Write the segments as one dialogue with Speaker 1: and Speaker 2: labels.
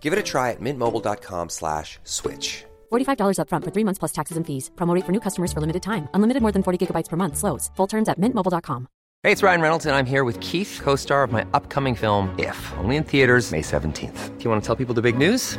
Speaker 1: Give it a try at mintmobile.com slash switch.
Speaker 2: $45 upfront for three months plus taxes and fees. Promo rate for new customers for limited time. Unlimited more than 40 gigabytes per month. Slows. Full terms at mintmobile.com.
Speaker 1: Hey, it's Ryan Reynolds, and I'm here with Keith, co-star of my upcoming film, If, only in theaters May 17th. Do you want to tell people the big news?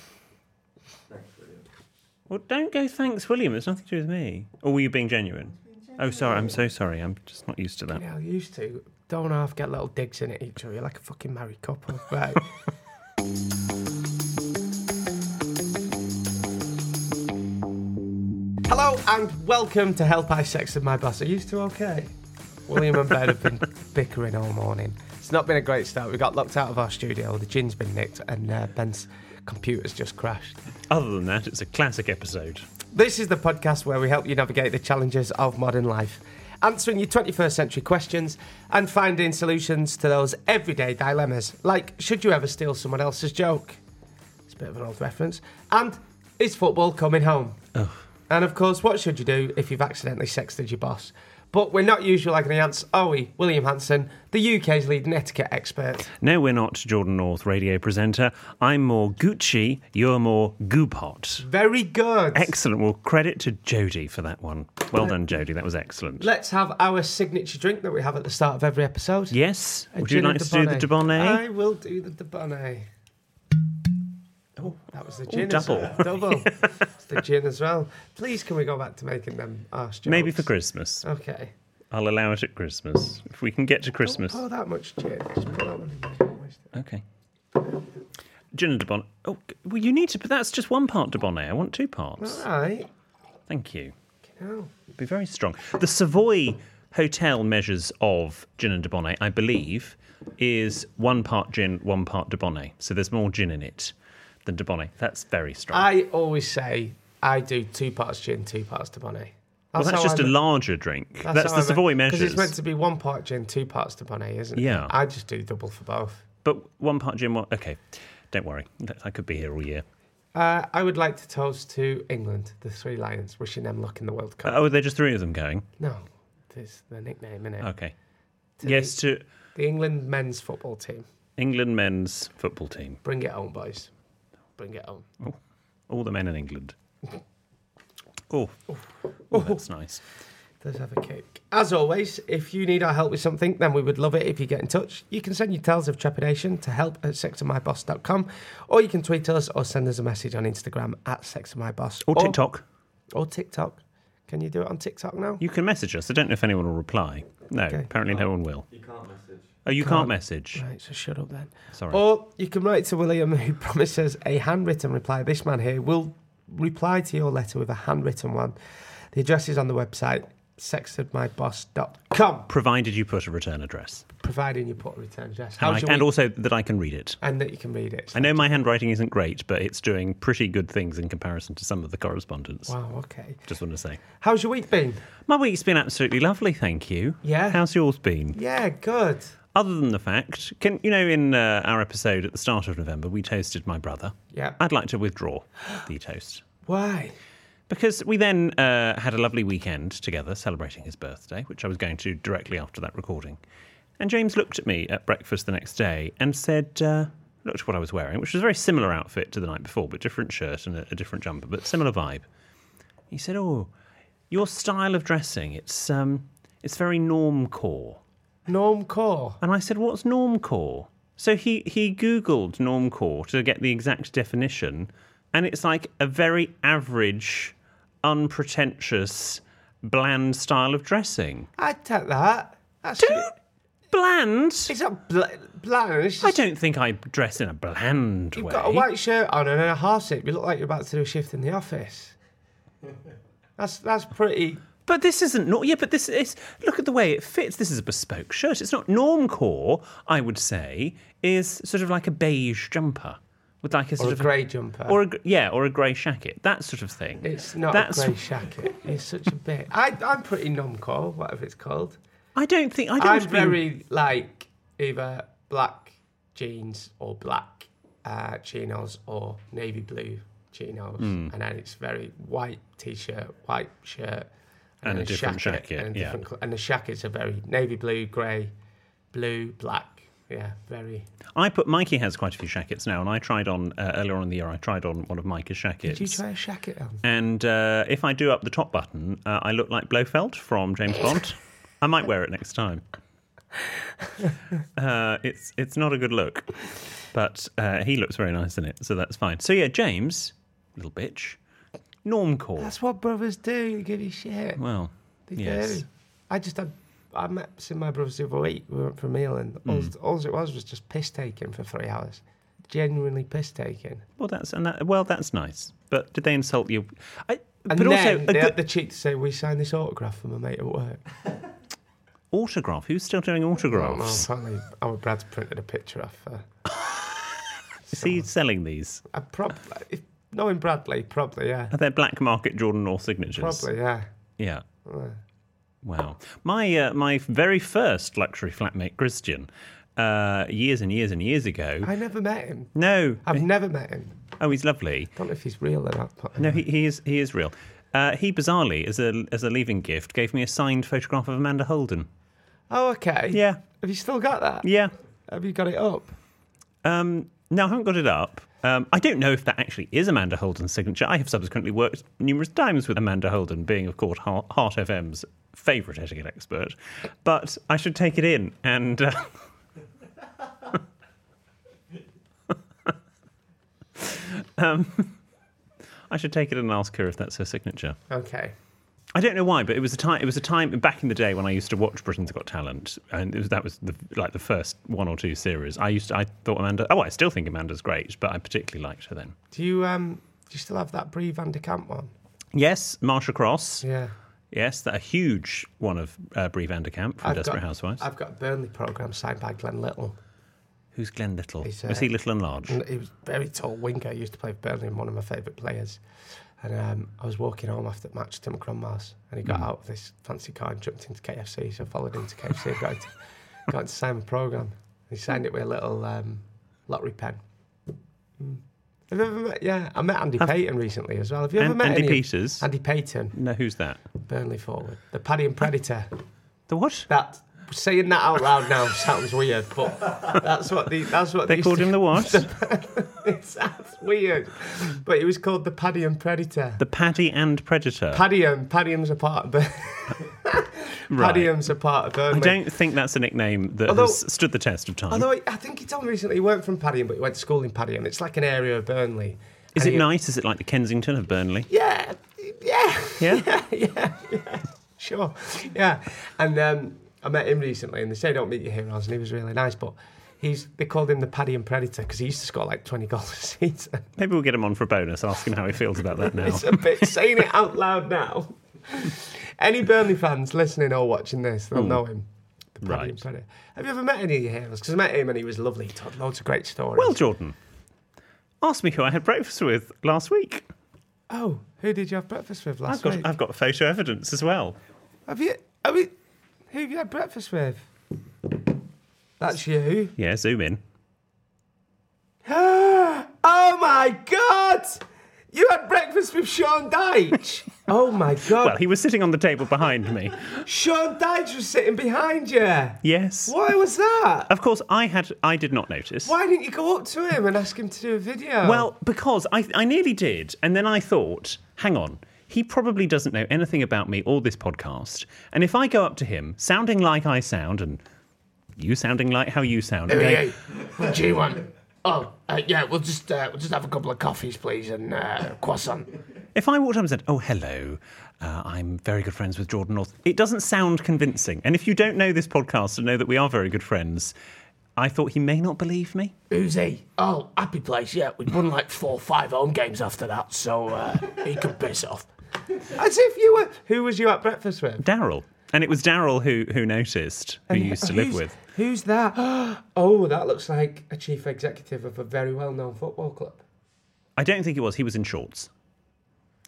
Speaker 3: Well, don't go thanks, William. It's nothing to do with me. Or were you being genuine? Oh, sorry. I'm so sorry. I'm just not used to that.
Speaker 4: Yeah, I used to. Don't half get little digs in at each other. You're like a fucking married couple. Right. Hello and welcome to Help I Sex with My Boss. Are you two okay? William and Ben have been bickering all morning. It's not been a great start. We got locked out of our studio. The gin's been nicked and uh, Ben's computer's just crashed.
Speaker 3: Other than that, it's a classic episode.
Speaker 4: This is the podcast where we help you navigate the challenges of modern life, answering your 21st century questions and finding solutions to those everyday dilemmas, like should you ever steal someone else's joke? It's a bit of an old reference. And is football coming home? And of course, what should you do if you've accidentally sexted your boss? But we're not usual agony-ants, are we? William Hanson, the UK's leading etiquette expert.
Speaker 3: No, we're not Jordan North, radio presenter. I'm more Gucci. You're more Goopot.
Speaker 4: Very good.
Speaker 3: Excellent. Well, credit to Jodie for that one. Well done, Jodie. That was excellent.
Speaker 4: Let's have our signature drink that we have at the start of every episode.
Speaker 3: Yes.
Speaker 4: A
Speaker 3: Would you
Speaker 4: gin and
Speaker 3: like to do the Debonnaire?
Speaker 4: I will do the Debonnet. Oh, that was the gin. as
Speaker 3: double.
Speaker 4: well. Double. it's the gin as well. Please, can we go back to making them arse jokes?
Speaker 3: Maybe for Christmas.
Speaker 4: Okay.
Speaker 3: I'll allow it at Christmas. If we can get to Christmas.
Speaker 4: Don't pour that much gin. Just pour that one in. Don't waste it.
Speaker 3: Okay. Gin and Debonnaire. Oh, g- well, you need to, but that's just one part Debonnaire. I want two parts.
Speaker 4: All right.
Speaker 3: Thank you.
Speaker 4: No.
Speaker 3: be very strong. The Savoy Hotel measures of gin and debonnaire, I believe, is one part gin, one part debonnaire. So there's more gin in it than debonnaire. That's very strong.
Speaker 4: I always say I do two parts gin, two parts Debonnet.
Speaker 3: well, that's
Speaker 4: how
Speaker 3: just
Speaker 4: I'm-
Speaker 3: a larger drink. That's,
Speaker 4: how
Speaker 3: the
Speaker 4: I'm-
Speaker 3: Savoy
Speaker 4: 'cause
Speaker 3: measures.
Speaker 4: it's meant to be one part gin, two parts Debonnet, isn't it?
Speaker 3: Yeah.
Speaker 4: I just do double for both.
Speaker 3: But one part gin, one. Okay, don't worry. That- I could be here all year.
Speaker 4: Uh, I would like to toast to England, the Three Lions, wishing them luck in the World Cup.
Speaker 3: Oh, they're just three of them going.
Speaker 4: No, there's the nickname, innit?
Speaker 3: Okay. Yes, to
Speaker 4: The England men's football team.
Speaker 3: England men's football team.
Speaker 4: Bring it home, boys. Bring it home.
Speaker 3: Oh, all the men in England. Oh, oh that's nice.
Speaker 4: Let's have a cake. As always, if you need our help with something, then we would love it if you get in touch. You can send your tales of trepidation to help at sexofmyboss.com, or you can tweet us or send us a message on Instagram at sexofmyboss.
Speaker 3: Or TikTok.
Speaker 4: Or, TikTok. Can you do it on TikTok now?
Speaker 3: You can message us. I don't know if anyone will reply. No, apparently no one will. You can't message. Oh, you can't, message.
Speaker 4: Right, so shut up then.
Speaker 3: Sorry.
Speaker 4: Or you can write to William, who promises a handwritten reply. This man here will reply to your letter with a handwritten one. The address is on the website, sexedmyboss.com,
Speaker 3: Provided you put a return address.
Speaker 4: providing you put a return address.
Speaker 3: And,
Speaker 4: How's
Speaker 3: I-
Speaker 4: your
Speaker 3: and
Speaker 4: week?
Speaker 3: also that I can read it.
Speaker 4: and that you can read it.
Speaker 3: I know my handwriting isn't great, but it's doing pretty good things in comparison to some of the correspondence.
Speaker 4: Wow, okay.
Speaker 3: Just want to say.
Speaker 4: How's your week been?
Speaker 3: My week's been absolutely lovely, thank you.
Speaker 4: Yeah.
Speaker 3: How's yours been?
Speaker 4: Yeah, good.
Speaker 3: Other than the fact, can you know, in uh, our episode at the start of November, we toasted my brother.
Speaker 4: Yeah.
Speaker 3: I'd like to withdraw the toast
Speaker 4: Why?
Speaker 3: because we then uh, had a lovely weekend together celebrating his birthday, which I was going to directly after that recording. And James looked at me at breakfast the next day and said, uh, looked at what I was wearing, which was a very similar outfit to the night before, but different shirt and a, a different jumper, but similar vibe. He said, "Oh, your style of dressing, it's um, it's very normcore."
Speaker 4: Norm Core.
Speaker 3: And I said, "What's normcore?" So he he googled normcore to get the exact definition, and it's like a very average, unpretentious, bland style of dressing.
Speaker 4: I'd take that. That's
Speaker 3: Bland?
Speaker 4: It's not bl- bland. It's just,
Speaker 3: I don't think I dress in a bland
Speaker 4: You've
Speaker 3: way.
Speaker 4: got a white shirt on and a half zip. You look like you're about to do a shift in the office. That's that's pretty.
Speaker 3: But this isn't nor yeah, but this is look at the way it fits. This is a bespoke shirt. It's not normcore, I would say, is sort of like a beige jumper. With like a sort
Speaker 4: a
Speaker 3: of
Speaker 4: grey jumper.
Speaker 3: Or a gr- yeah, or a grey jacket. That sort of thing.
Speaker 4: It's not
Speaker 3: That's
Speaker 4: a grey jacket. It's such a bit. I, I'm pretty numcore, whatever it's called.
Speaker 3: I don't think I don't
Speaker 4: I'm
Speaker 3: mean-
Speaker 4: very like either black jeans or black uh, chinos or navy blue chinos,
Speaker 3: Hmm.
Speaker 4: and then it's very white t-shirt, white shirt,
Speaker 3: And
Speaker 4: then
Speaker 3: a different jacket,
Speaker 4: and, a
Speaker 3: yeah.
Speaker 4: different col- and the jackets are very navy blue, grey, blue, black. Yeah, very.
Speaker 3: I put Mikey has quite a few jackets now, and I tried on uh, earlier on in the year. I tried on one of Micah's jackets.
Speaker 4: Did you try a jacket on?
Speaker 3: And uh, if I do up the top button, uh, I look like Blofeld from James Bond. I might wear it next time. Uh, it's it's not a good look, but uh, he looks very nice in it, so that's fine. So yeah, James, little bitch, normcore.
Speaker 4: That's what brothers do. They give you shit.
Speaker 3: well,
Speaker 4: They
Speaker 3: yes.
Speaker 4: do. I just had. I met some of my brothers the other week. We went for a meal, and
Speaker 3: Hmm.
Speaker 4: all, all it was was just piss taking for three hours. Genuinely piss taking.
Speaker 3: Well, that's and that, well, that's nice. But did they insult you? I, but
Speaker 4: And then
Speaker 3: also, uh, a
Speaker 4: they
Speaker 3: good
Speaker 4: had the cheek to say, "We signed this autograph for my mate at work."
Speaker 3: autograph. Who's still doing
Speaker 4: Oh, well,
Speaker 3: autographs?
Speaker 4: apparently, our Brad's printed a picture off. Uh,
Speaker 3: Is he selling these?
Speaker 4: I probably, if, knowing Bradley, probably yeah,
Speaker 3: Are there black market Jordan North signatures?
Speaker 4: probably yeah. Uh,
Speaker 3: Yeah. Wow. My uh, my very first luxury flatmate, Christian, uh, years and years and years ago.
Speaker 4: I never met him.
Speaker 3: No.
Speaker 4: I've never met him.
Speaker 3: Oh, he's lovely.
Speaker 4: Don't know if he's real or not. But
Speaker 3: No, he, he is he is real. Uh, he bizarrely, as a as a leaving gift, gave me a signed photograph of Amanda Holden.
Speaker 4: Oh, okay.
Speaker 3: Yeah.
Speaker 4: Have you still got that?
Speaker 3: Yeah.
Speaker 4: Have you got it up?
Speaker 3: Um, no, I haven't got it up. Um, I don't know if that actually is Amanda Holden's signature. I have subsequently worked numerous times with Amanda Holden, being, of course, Heart, Heart FM's favourite etiquette expert. But I should take it in. And uh, um, I should take it in and ask her if that's her signature.
Speaker 4: Okay.
Speaker 3: I don't know why, but it was a time. It was a time back in the day when I used to watch Britain's Got Talent, and it was, that was the, like the first one or two series. I used to, I thought Amanda. Oh, I still think Amanda's great, but I particularly liked her then.
Speaker 4: Do you um? Do you still have that Brie Van de Camp one?
Speaker 3: Yes, Marsha Cross.
Speaker 4: Yeah.
Speaker 3: Yes, that a huge one of uh, Brie Vanderkamp from Desperate
Speaker 4: got,
Speaker 3: Housewives.
Speaker 4: I've got a Burnley program signed by Glenn Little.
Speaker 3: Who's Glenn Little?
Speaker 4: He's,
Speaker 3: was
Speaker 4: uh,
Speaker 3: he little and large?
Speaker 4: And He was a very tall winger. He used to play for Burnley and one of my favourite players. And um, I was walking home after the match to my grandma's, and he got
Speaker 3: Hmm.
Speaker 4: out of this fancy car and jumped into KFC. So I followed him to KFC and got him to, got him to sign my program. He signed it with a little um, lottery pen. Mm. Have you ever met? Yeah, I met Andy Payton recently as well. Have you ever
Speaker 3: An-
Speaker 4: met
Speaker 3: Andy
Speaker 4: any of-
Speaker 3: Peters?
Speaker 4: Andy Payton,
Speaker 3: no, who's that?
Speaker 4: Burnley forward, the Paddy and Predator.
Speaker 3: The what?
Speaker 4: That saying that out loud now sounds weird, but that's what the that's what
Speaker 3: They called him the what?
Speaker 4: It sounds weird, but it was called the Paddy and Predator.
Speaker 3: the Paddy and Predator.
Speaker 4: Paddyum, Paddyum's a part of Bur-
Speaker 3: Right.
Speaker 4: Paddyum's a part of Burnley.
Speaker 3: I don't think that's a nickname that
Speaker 4: Although-
Speaker 3: has stood the test of time.
Speaker 4: Although I- I think he told me recently he weren't from Paddyum, but he went to school in Paddyum. It's like an area of Burnley.
Speaker 3: Is
Speaker 4: And
Speaker 3: it
Speaker 4: he-
Speaker 3: nice? Is it like the Kensington of Burnley?
Speaker 4: Yeah, yeah,
Speaker 3: Yeah.
Speaker 4: sure, yeah. And um, I met him recently, and they say don't meet your heroes, and he was really nice, but. He's, they called him the Paddy and Predator because he used to score like 20 goals a season.
Speaker 3: Maybe we'll get him on for a bonus. Ask him how he feels about that now.
Speaker 4: It's a bit saying it out loud now. Any Burnley fans listening or watching this, they'll know him. The Paddy
Speaker 3: Hmm. Right.
Speaker 4: and Predator. Have you ever met any of your heroes? Because I met him and he was lovely. He told loads of great stories.
Speaker 3: Well, Jordan, ask me who I had breakfast with last week.
Speaker 4: oh, who did you have breakfast with last
Speaker 3: I've got
Speaker 4: week?
Speaker 3: I've got photo evidence as well.
Speaker 4: Have you? Have you? Who have you had breakfast with? That's you.
Speaker 3: Yeah, zoom in.
Speaker 4: Oh my god! You had breakfast with Sean Deitch. oh my god.
Speaker 3: Well, he was sitting on the table behind me.
Speaker 4: Sean Deitch was sitting behind you.
Speaker 3: Yes.
Speaker 4: Why was that?
Speaker 3: Of course, I had. I did not notice.
Speaker 4: Why didn't you go up to him and ask him to do a video?
Speaker 3: Well, because I, I nearly did, and then I thought, hang on, he probably doesn't know anything about me or this podcast, and if I go up to him, sounding like I sound, and you sounding like how you sound, and go,
Speaker 5: Hey, what do you want? Oh, uh, yeah, we'll just uh, we'll just have a couple of coffees, please, and uh, croissant.
Speaker 3: if I walked up and said, oh hello, uh, I'm very good friends with Jordan North, it doesn't sound convincing, and if you don't know this podcast and know that we are very good friends, I thought he may not believe me.
Speaker 5: Who's he? Oh, happy place. Yeah, we won like four, five home games after that, so uh, he could piss off.
Speaker 4: As if you were. Who was you at breakfast with?
Speaker 3: Daryl, and it was Daryl who who noticed, who you used to live
Speaker 4: Who's-
Speaker 3: with.
Speaker 4: Who's that? oh, that looks like a chief executive of a very well known football club.
Speaker 3: I don't think it was. He was in shorts.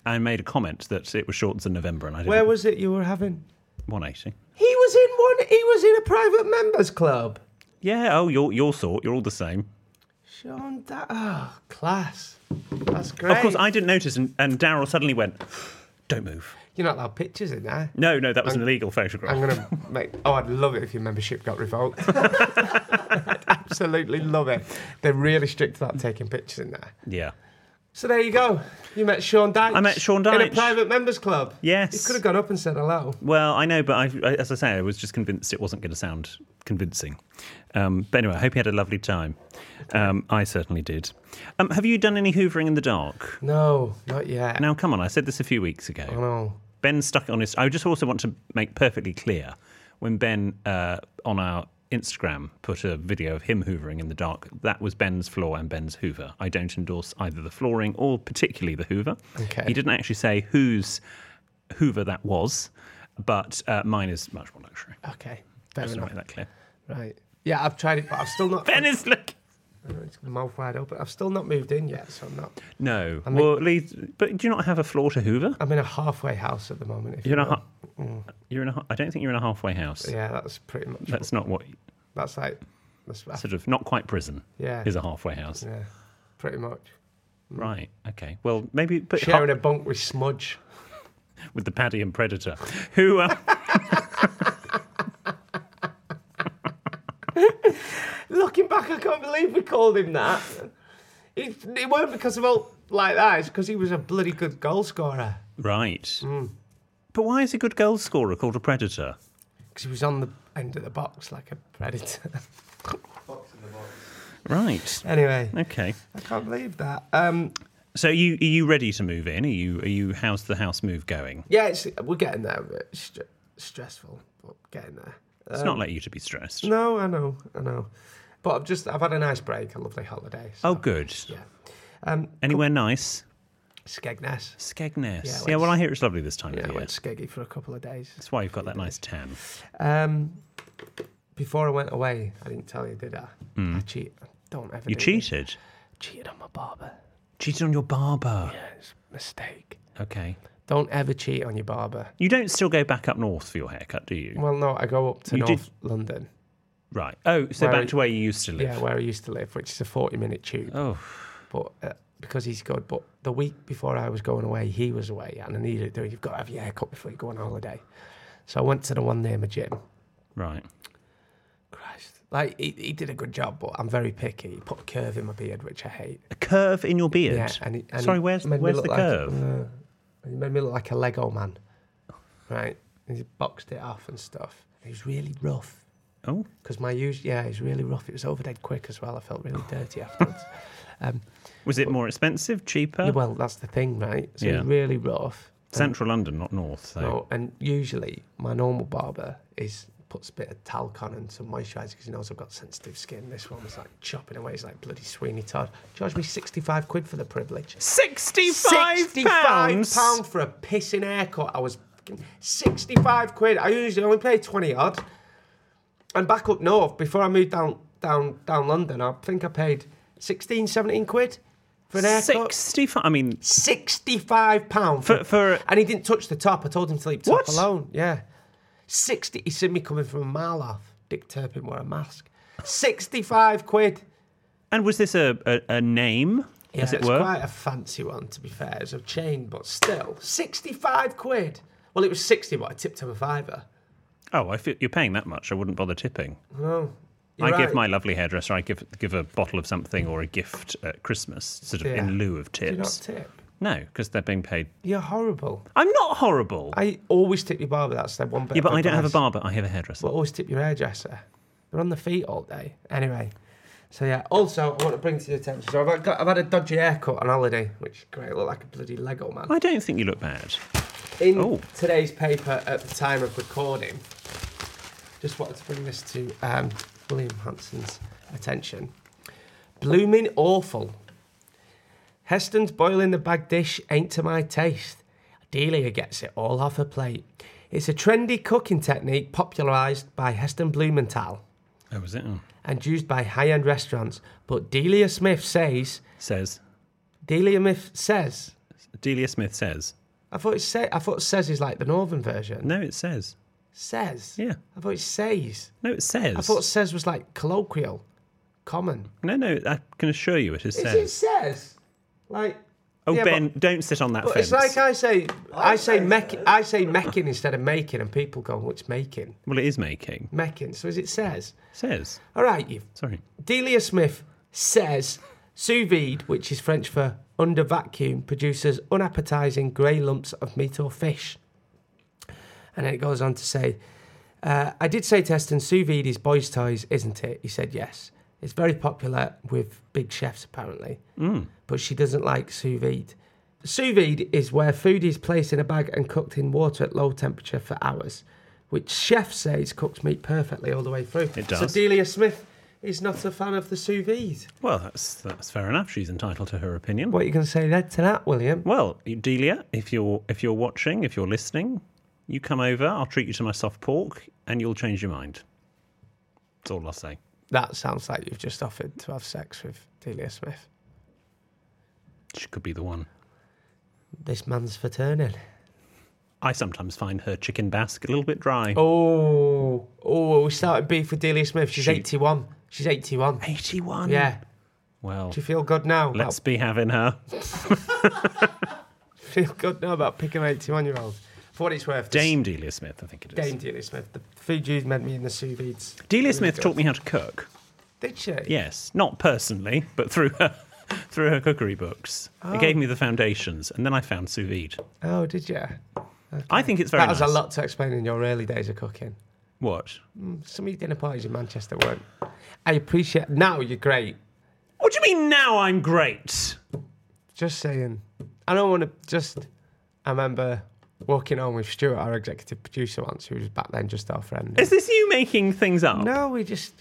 Speaker 3: I made a comment that it was shorts in November, and I didn't.
Speaker 4: Where was it you were having?
Speaker 3: 180?
Speaker 4: He was in one. He was in a private members club.
Speaker 3: Yeah. Oh, you're your sort. You're all the same.
Speaker 4: Sean, that oh, class. That's great.
Speaker 3: Of course, I didn't notice, and, and Daryl suddenly went, "Don't move."
Speaker 4: You're not allowed pictures in there.
Speaker 3: No, no, that was an illegal photograph.
Speaker 4: I'm gonna make. Oh, I'd love it if your membership got revoked. Absolutely love it. They're really strict about taking pictures in there.
Speaker 3: Yeah.
Speaker 4: So there you go. You met Sean Dyche.
Speaker 3: I met Sean
Speaker 4: in a
Speaker 3: Dyche.
Speaker 4: private members club.
Speaker 3: Yes.
Speaker 4: you could have got up and said hello.
Speaker 3: Well, I know, but I, I- as I say, I was just convinced it wasn't going to sound convincing. Um, but anyway, I hope you had a lovely time. Um, I certainly did. Um, have you done any hoovering in the dark?
Speaker 4: No, not yet.
Speaker 3: Now, come on, I said this a few weeks ago.
Speaker 4: No.
Speaker 3: Ben stuck it on his. I just also want to make perfectly clear when Ben uh, on our Instagram put a video of him hoovering in the dark. That was Ben's floor and Ben's Hoover. I don't endorse either the flooring or particularly the Hoover.
Speaker 4: Okay.
Speaker 3: He didn't actually say whose Hoover that was, but uh, mine is much more luxury.
Speaker 4: Okay. Fair
Speaker 3: Just to
Speaker 4: enough.
Speaker 3: make that clear.
Speaker 4: Right. Yeah, I've tried it, but I've still not. Oh,
Speaker 3: Ben is look.
Speaker 4: It's mouth wide open. I've still not moved in yet, so I'm not.
Speaker 3: No. well, Leeds, but do you not have a floor to Hoover?
Speaker 4: I'm in a halfway house at the moment. If
Speaker 3: You're in a.
Speaker 4: will.
Speaker 3: Ha- you're in a. ha- I don't think you're in a halfway house.
Speaker 4: Yeah, that's pretty much.
Speaker 3: That's not what.
Speaker 4: That's like. That's
Speaker 3: Sort of not quite prison.
Speaker 4: Yeah.
Speaker 3: Is a halfway house.
Speaker 4: yeah, pretty much.
Speaker 3: Right. Okay. Well, maybe but
Speaker 4: Sharing a bunk with Smudge.
Speaker 3: with the Paddy and Predator, who uh,
Speaker 4: Looking back, I can't believe we called him that. It, it weren't because of all like that. It's because he was a bloody good goal scorer.
Speaker 3: right.
Speaker 4: Mm.
Speaker 3: But why is a good goal scorer called a predator?
Speaker 4: Because he was on the end of the box like a predator.
Speaker 3: Right.
Speaker 4: anyway,
Speaker 3: Okay.
Speaker 4: I can't believe that. Um,
Speaker 3: So you are you ready to move in? Are you are you how's the house move going?
Speaker 4: yeah, it's, we're getting there. But it's str- stressful, but getting there. Uh,
Speaker 3: It's not like you to be stressed.
Speaker 4: Um, No, I know, I know. But I've just I've had a nice break, a lovely holiday. So,
Speaker 3: Oh, good.
Speaker 4: yeah. Um,
Speaker 3: Anywhere nice?
Speaker 4: Skegness.
Speaker 3: Skegness.
Speaker 4: Yeah,
Speaker 3: Yeah,
Speaker 4: well,
Speaker 3: well, I hear it's lovely this time
Speaker 4: Yeah,
Speaker 3: of
Speaker 4: I
Speaker 3: year.
Speaker 4: went skeggy for a couple of days.
Speaker 3: That's why you've got that nice tan.
Speaker 4: Um, before I went away, I didn't tell you, did I? I cheat. I don't ever.
Speaker 3: Hmm. You
Speaker 4: do this.
Speaker 3: cheated.
Speaker 4: Cheated on my barber.
Speaker 3: Cheated on your barber.
Speaker 4: It's a mistake.
Speaker 3: Okay.
Speaker 4: Don't ever cheat on your barber.
Speaker 3: You don't still go back up north for your haircut, do you?
Speaker 4: Well, no, I go up to
Speaker 3: You did-
Speaker 4: North London.
Speaker 3: Right. Oh, so
Speaker 4: Where-
Speaker 3: back to where you used to live.
Speaker 4: Yeah, where I used to live, which is a forty-minute tube.
Speaker 3: Oh.
Speaker 4: But uh, because he's good. But the week before I was going away, he was away, and I needed to do. You've got to have your haircut before you go on holiday. So I went to the one near my gym.
Speaker 3: Right.
Speaker 4: Christ. Like he, he did a good job, but I'm very picky. He put a curve in my beard, which I hate.
Speaker 3: A curve in your beard.
Speaker 4: and he- and
Speaker 3: Sorry,
Speaker 4: he
Speaker 3: where's
Speaker 4: made me
Speaker 3: where's
Speaker 4: look
Speaker 3: the
Speaker 4: like-
Speaker 3: curve?
Speaker 4: uh, he made me look like a Lego man, right? And he boxed it off and stuff. He was really rough
Speaker 3: oh,
Speaker 4: because my use, yeah, he was really rough. It was over dead quick as well. I felt really dirty afterwards. Um,
Speaker 3: was it more expensive, cheaper?
Speaker 4: yeah, well, that's the thing, right? So
Speaker 3: Yeah.
Speaker 4: he's really rough.
Speaker 3: Central London, not north. So.
Speaker 4: No, and usually my normal barber is puts a bit of talc on and some moisturiser because he knows I've got sensitive skin. This one was like chopping away. He's like bloody Sweeney Todd. Charged me sixty-five quid for the privilege.
Speaker 3: 65, pounds.
Speaker 4: pound for a pissing haircut. I was fucking- 65 quid. I usually only pay 20 odd. And back up north, before I moved down down down London, I think I paid 16, 17 quid for an haircut.
Speaker 3: 65. I mean,
Speaker 4: 65 pound
Speaker 3: For- for-
Speaker 4: and he didn't touch the top. I told him to leave top
Speaker 3: What?
Speaker 4: alone. Yeah, 60. He seen me coming from a mile off. Dick Turpin wore a mask. 65 quid.
Speaker 3: And was this a, a, a name,
Speaker 4: Yeah,
Speaker 3: as it
Speaker 4: it's
Speaker 3: were?
Speaker 4: quite a fancy one, to be fair. It's a chain, but still. 65 quid. Well, it was 60, but I tipped him a fiver.
Speaker 3: Oh, if it- you're paying that much, I wouldn't bother tipping.
Speaker 4: You're
Speaker 3: I give
Speaker 4: right.
Speaker 3: my lovely hairdresser, I give give a bottle of something or a gift at Christmas, sort of
Speaker 4: Yeah.
Speaker 3: in lieu of
Speaker 4: Do you not
Speaker 3: tips.
Speaker 4: tip?
Speaker 3: no, because they're being paid.
Speaker 4: You're horrible.
Speaker 3: I'm not horrible.
Speaker 4: I Oh, always tip your barber. That's the one bit.
Speaker 3: yeah,
Speaker 4: of
Speaker 3: but I don't have a
Speaker 4: advice.
Speaker 3: barber. I have a hairdresser.
Speaker 4: But always tip your hairdresser. They're on the feet all day. Anyway, so yeah. Also, I want to bring to your attention. So I've got, I've had a dodgy haircut on holiday, which great I look like a bloody Lego man.
Speaker 3: I don't think you look bad.
Speaker 4: In
Speaker 3: Oh.
Speaker 4: today's paper, at the time of recording, just wanted to bring this to um, William Hanson's attention. Blooming awful. Heston's boiling the bag dish ain't to my taste. Delia gets it all off her plate. It's a trendy cooking technique popularised by Heston Blumenthal
Speaker 3: Oh, was it? Oh.
Speaker 4: and used by high-end restaurants. But Delia Smith says,
Speaker 3: Says
Speaker 4: Delia Smith says,
Speaker 3: Delia Smith says.
Speaker 4: I thought it say, I thought says is like the northern version.
Speaker 3: No, it says.
Speaker 4: Says.
Speaker 3: Yeah.
Speaker 4: I thought it says.
Speaker 3: No, it says.
Speaker 4: I thought says was like colloquial, common.
Speaker 3: No, no, I can assure you it is
Speaker 4: Is
Speaker 3: says.
Speaker 4: it says? Like.
Speaker 3: Oh,
Speaker 4: yeah,
Speaker 3: Ben,
Speaker 4: But,
Speaker 3: don't sit on that
Speaker 4: but
Speaker 3: fence.
Speaker 4: it's like I say, I say mech, I say mecking instead of making, and people go, "What's making?
Speaker 3: Well, it is making.
Speaker 4: Mecking." So is it says?
Speaker 3: Says.
Speaker 4: All right, you
Speaker 3: Sorry.
Speaker 4: Delia Smith says sous vide, which is French for under vacuum, produces unappetizing grey lumps of meat or fish. And then it goes on to say, uh, I did say to Heston, sous vide is boys' toys, isn't it? He said yes. It's very popular with big chefs, apparently.
Speaker 3: Hmm.
Speaker 4: But she doesn't like sous vide. Sous vide is where food is placed in a bag and cooked in water at low temperature for hours, which chefs say is cooks meat perfectly all the way through.
Speaker 3: It
Speaker 4: So
Speaker 3: does.
Speaker 4: Delia Smith is not a fan of the sous vide.
Speaker 3: Well, that's that's fair enough. She's entitled to her opinion.
Speaker 4: What are you going to say that- to that, William?
Speaker 3: Well, Delia, if you're if you're watching, if you're listening, you come over. I'll treat you to my soft pork, and you'll change your mind. That's all I'll say.
Speaker 4: That sounds like you've just offered to have sex with Delia Smith.
Speaker 3: She could be the one.
Speaker 4: This man's for turning.
Speaker 3: I sometimes find her chicken basque a little bit dry.
Speaker 4: Oh, oh, we started beef with Delia Smith. She's
Speaker 3: She-
Speaker 4: 81. She's 81.
Speaker 3: 81.
Speaker 4: Yeah.
Speaker 3: Well,
Speaker 4: Do you feel good now? about-
Speaker 3: let's be having her.
Speaker 4: feel good now about picking an 81 year old. For what it's worth, this-
Speaker 3: Dame Delia Smith, I think it is.
Speaker 4: Dame Delia Smith. The food you meant me in the sous vides.
Speaker 3: Delia
Speaker 4: Really
Speaker 3: Smith
Speaker 4: good.
Speaker 3: taught me how to cook.
Speaker 4: Did she?
Speaker 3: Yes, not personally, but through her through her cookery books. It gave me the foundations, and then I found sous vide.
Speaker 4: Oh, did you?
Speaker 3: I think it's very
Speaker 4: That was
Speaker 3: nice.
Speaker 4: a lot to explain in your early days of cooking.
Speaker 3: What?
Speaker 4: Some of your dinner parties in Manchester weren't. I appreciate. Now you're great.
Speaker 3: What do you mean now I'm great?
Speaker 4: Just saying. I don't want to just. I remember walking home with Stuart, our executive producer, once, who was back then just our friend.
Speaker 3: Is this you making things up?
Speaker 4: no, we just.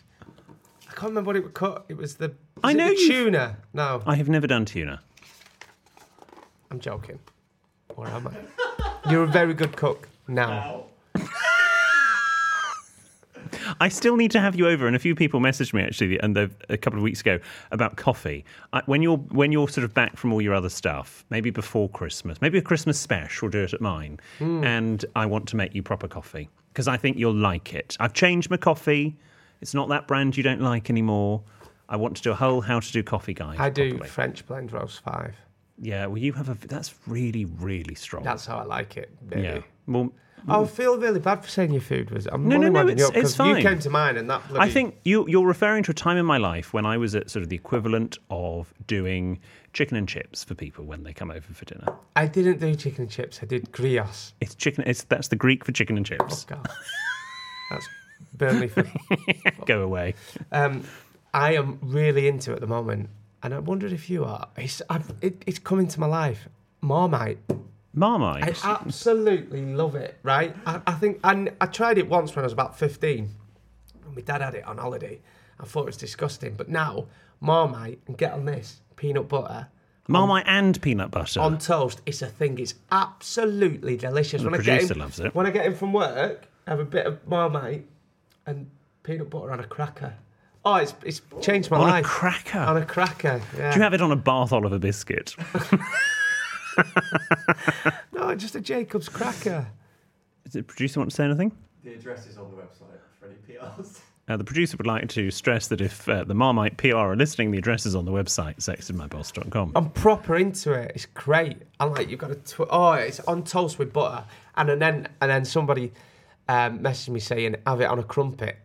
Speaker 4: I can't remember what it was cut. It was the. was
Speaker 3: I
Speaker 4: it
Speaker 3: know
Speaker 4: the
Speaker 3: you've-
Speaker 4: tuna. No,
Speaker 3: I have never done tuna.
Speaker 4: I'm joking. Or am I? You're a very good cook now.
Speaker 3: I still need to have you over, and a few people messaged me actually, and they've- a couple of weeks ago about coffee. I, when you're when you're sort of back from all your other stuff, maybe before Christmas, maybe a Christmas special, we'll do it at mine,
Speaker 4: Hmm.
Speaker 3: and I want to make you proper coffee because I think you'll like it. I've changed my coffee; it's not that brand you don't like anymore. I want to do a whole how to do coffee guide.
Speaker 4: I do
Speaker 3: properly.
Speaker 4: French blend roast five.
Speaker 3: Yeah, well, you have a that's really really strong.
Speaker 4: That's how I like it, baby.
Speaker 3: yeah. Well,
Speaker 4: I feel really bad for saying your food was. I'm
Speaker 3: No, no,
Speaker 4: only
Speaker 3: no,
Speaker 4: winding you
Speaker 3: it's-
Speaker 4: up 'cause
Speaker 3: it's fine.
Speaker 4: You came to mine, and that.
Speaker 3: I
Speaker 4: bloody-
Speaker 3: think you, you're referring to a time in my life when I was at sort of the equivalent of doing chicken and chips for people when they come over for dinner.
Speaker 4: I didn't do chicken and chips. I did griots.
Speaker 3: It's chicken. It's that's the Greek for chicken and chips.
Speaker 4: God. That's Burnley for Oh,
Speaker 3: Go away.
Speaker 4: um, I am really into at the moment, and I wondered if you are. It's I've, it, it's come into my life. Marmite, I
Speaker 3: Marmite.
Speaker 4: absolutely love it. Right, I, I think and I tried it once when I was about fifteen. and My dad had it on holiday. I thought it was disgusting, but now Marmite and get on this peanut butter
Speaker 3: Marmite and peanut butter.
Speaker 4: on toast. It's a thing. It's absolutely delicious.
Speaker 3: The
Speaker 4: when I get
Speaker 3: producer
Speaker 4: in,
Speaker 3: loves it.
Speaker 4: When I get in from work, I have a bit of Marmite and peanut butter on a cracker. Oh, it's, it's changed my
Speaker 3: On a
Speaker 4: life.
Speaker 3: cracker?
Speaker 4: On a cracker. Yeah.
Speaker 3: Do you have it on a Bath Oliver biscuit?
Speaker 4: no, just a Jacob's cracker.
Speaker 3: Does the producer want to say anything?
Speaker 6: The address is on the website for any PRs.
Speaker 3: Uh, the producer would like to stress that if uh, the Marmite PR are listening, the address is on the website, sexedmyboss.com.
Speaker 4: I'm proper into it. It's great. I like you've got a tw- oh, it's on toast with butter, and then and then somebody um, messaged me saying have it on a crumpet,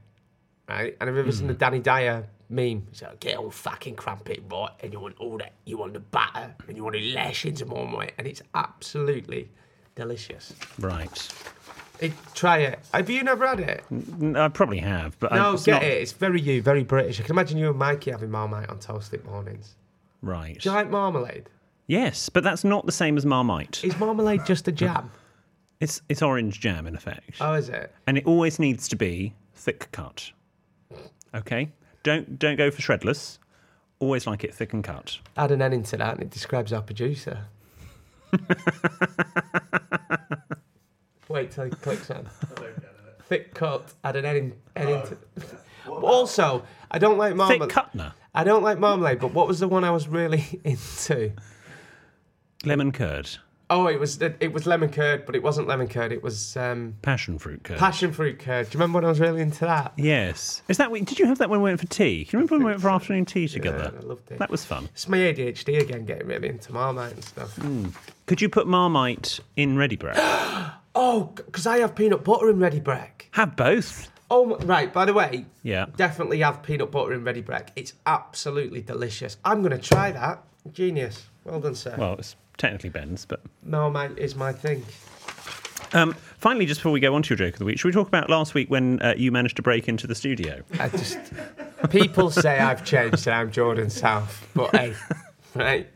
Speaker 4: right? And I've ever seen the
Speaker 3: Mm.
Speaker 4: Danny Dyer meme.
Speaker 5: So get on fucking crumpet, right? And you want all that. You want the batter and you want to lash into more way.
Speaker 4: and it's absolutely delicious.
Speaker 3: Right.
Speaker 4: It, try it. Have you never had it?
Speaker 3: N- I probably have, but I,
Speaker 4: No,
Speaker 3: Mm. it's
Speaker 4: get
Speaker 3: not
Speaker 4: it. It's very you, very British. I can imagine you and Mikey having Marmite on toasted mornings.
Speaker 3: right.
Speaker 4: Do you like marmalade?
Speaker 3: Yes, but that's not the same as Marmite.
Speaker 4: Is marmalade just a jam?
Speaker 3: It's it's orange jam in effect,
Speaker 4: Oh, is it?
Speaker 3: and it always needs to be thick cut. Okay, don't don't go for shredless. Always like it thick and cut.
Speaker 4: Add an N into that, and it describes our producer. Wait till he clicks on. Thick cut. Add an N, in, N into. But also, I don't like
Speaker 3: Thick
Speaker 4: marmalade.
Speaker 3: cutner,
Speaker 4: I don't like marmalade. But what was the one I was really into?
Speaker 3: lemon curd,
Speaker 4: Oh, it was it was lemon curd, but it wasn't lemon curd. It was um,
Speaker 3: passion fruit curd.
Speaker 4: passion fruit curd. Do you remember when I was really into that?
Speaker 3: Yes, is that? when- Did you have that when we went for tea? Can you remember when we went for afternoon tea together?
Speaker 4: I loved it.
Speaker 3: That was fun.
Speaker 4: It's my ADHD again, getting really into marmite and stuff.
Speaker 3: Could you put Marmite in ready bread?
Speaker 4: Oh, because I have peanut butter in ready break.
Speaker 3: have both.
Speaker 4: Oh, my- right. By the way,
Speaker 3: Yeah.
Speaker 4: definitely have peanut butter in ready break. It's absolutely delicious. I'm going to try that. Genius. Well done, sir.
Speaker 3: Well, it's technically Ben's, but
Speaker 4: Marmite is my thing.
Speaker 3: um, finally, just before we go on to your joke of the week, should we talk about last week when uh, you managed to break into the studio?
Speaker 4: I just people say I've changed and I'm Jordan South, but hey, right.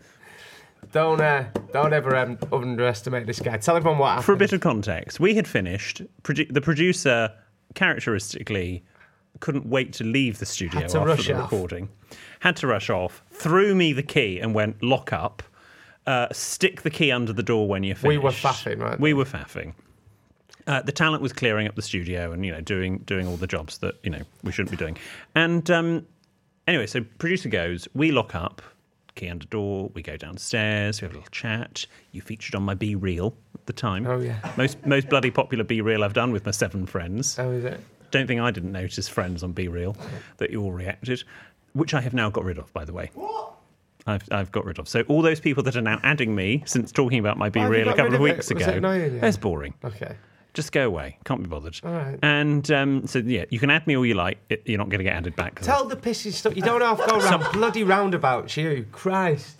Speaker 4: Don't uh, don't ever um, underestimate this guy. Tell everyone what happened.
Speaker 3: For a bit of context, we had finished. Produ- the producer, characteristically, couldn't wait to leave the studio
Speaker 4: Had to
Speaker 3: after
Speaker 4: rush
Speaker 3: the
Speaker 4: off.
Speaker 3: recording. Had to rush off. Threw me the key and went lock up. Uh, stick the key under the door when you're
Speaker 4: We
Speaker 3: finished.
Speaker 4: were faffing, weren't
Speaker 3: We were faffing. Uh, the talent was clearing up the studio and you know doing doing all the jobs that you know we shouldn't be doing. And um, anyway, so producer goes, we lock up, key under door, we go downstairs, we have a little chat. You featured on my B reel at the time.
Speaker 4: Oh, yeah.
Speaker 3: most most bloody popular B reel I've done with my seven friends.
Speaker 4: Oh, is it?
Speaker 3: Don't think I didn't notice friends on B reel that you all reacted, which I have now got rid of, by the way. What? I've, I've got rid of. So all those people that are now adding me since talking about my B
Speaker 4: have Oh, you
Speaker 3: reel a
Speaker 4: got
Speaker 3: couple
Speaker 4: rid
Speaker 3: of
Speaker 4: of it?
Speaker 3: weeks
Speaker 4: Was
Speaker 3: ago.
Speaker 4: it annoying you?
Speaker 3: That's boring
Speaker 4: Okay.
Speaker 3: just go away. Can't be bothered. All
Speaker 4: right.
Speaker 3: And um, so yeah, you can add me all you like. It- You're not going to get added back.
Speaker 4: Tell the pissy stuff. You don't have to go round bloody roundabouts, you. Christ.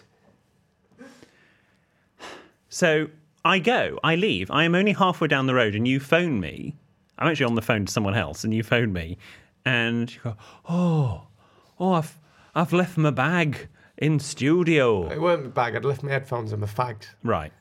Speaker 3: So I go. I leave. I am only halfway down the road, and you phone me. I'm actually on the phone to someone else, and you phone me, and you go, "Oh, oh, I've I've left my bag in studio."
Speaker 4: It weren't my bag. I'd left my headphones and my fags.
Speaker 3: Right.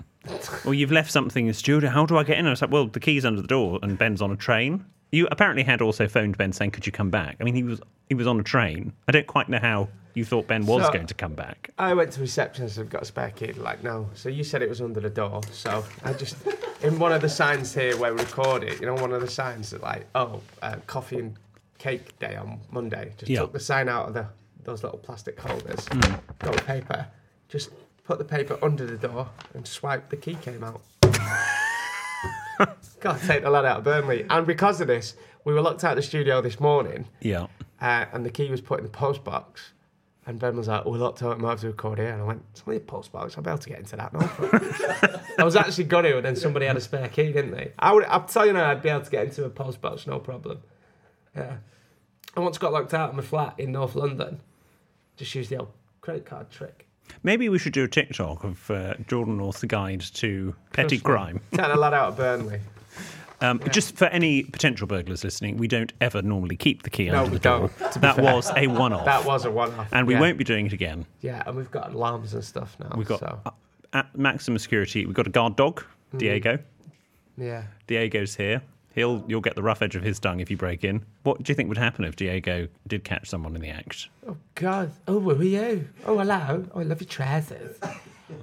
Speaker 3: Well, you've left something in studio. How do I get in? I was like, "Well, the key's under the door, and Ben's on a train." You apparently had also phoned Ben saying, "Could you come back?" I mean, he was he was on a train. I don't quite know how you thought Ben was
Speaker 4: So-
Speaker 3: going to come back.
Speaker 4: I went to reception and said, "I've got a spare key. They're Like, no. So you said it was under the door. So I just, in one of the signs here where we record it, you know, one of the signs that like, oh, uh, coffee and cake day on Monday. Just
Speaker 3: Yeah.
Speaker 4: took the sign out of the those little plastic holders, got the paper, just put the paper under the door and swiped. The key came out. Gotta take the lad out of Burnley. And because of this, we were locked out of the studio this morning
Speaker 3: Yeah.
Speaker 4: uh, and the key was put in the post box. And Ben was like, "Oh, "We're locked out. Might have to record here." And I went, "It's only a post box. I'll be able to get into that." No problem." I was actually going to, and then somebody had a spare key, didn't they? I would. I'm telling you, now, I'd be able to get into a post box, no problem. Yeah. I once got locked out of my flat in North London. Just used the old credit card trick.
Speaker 3: Maybe we should do a TikTok of uh, Jordan North's guide to petty crime.
Speaker 4: Turned a lad out of Burnley.
Speaker 3: Um, Just for any potential burglars listening, we don't ever normally keep the key
Speaker 4: No,
Speaker 3: under
Speaker 4: we
Speaker 3: the door.
Speaker 4: don't, to be
Speaker 3: That
Speaker 4: fair.
Speaker 3: was a one-off,
Speaker 4: That was a one-off.
Speaker 3: and we
Speaker 4: yeah.
Speaker 3: won't be doing it again.
Speaker 4: Yeah, and we've got alarms and stuff now.
Speaker 3: We've got
Speaker 4: So, Mm-hmm.
Speaker 3: uh, at maximum security. We've got a guard dog, Diego.
Speaker 4: yeah.
Speaker 3: Diego's here. He'll you'll get the rough edge of his tongue if you break in. What do you think would happen if Diego did catch someone in the act?
Speaker 4: Oh God.
Speaker 5: Oh, who are you? Oh, hello. Oh, I love your trousers.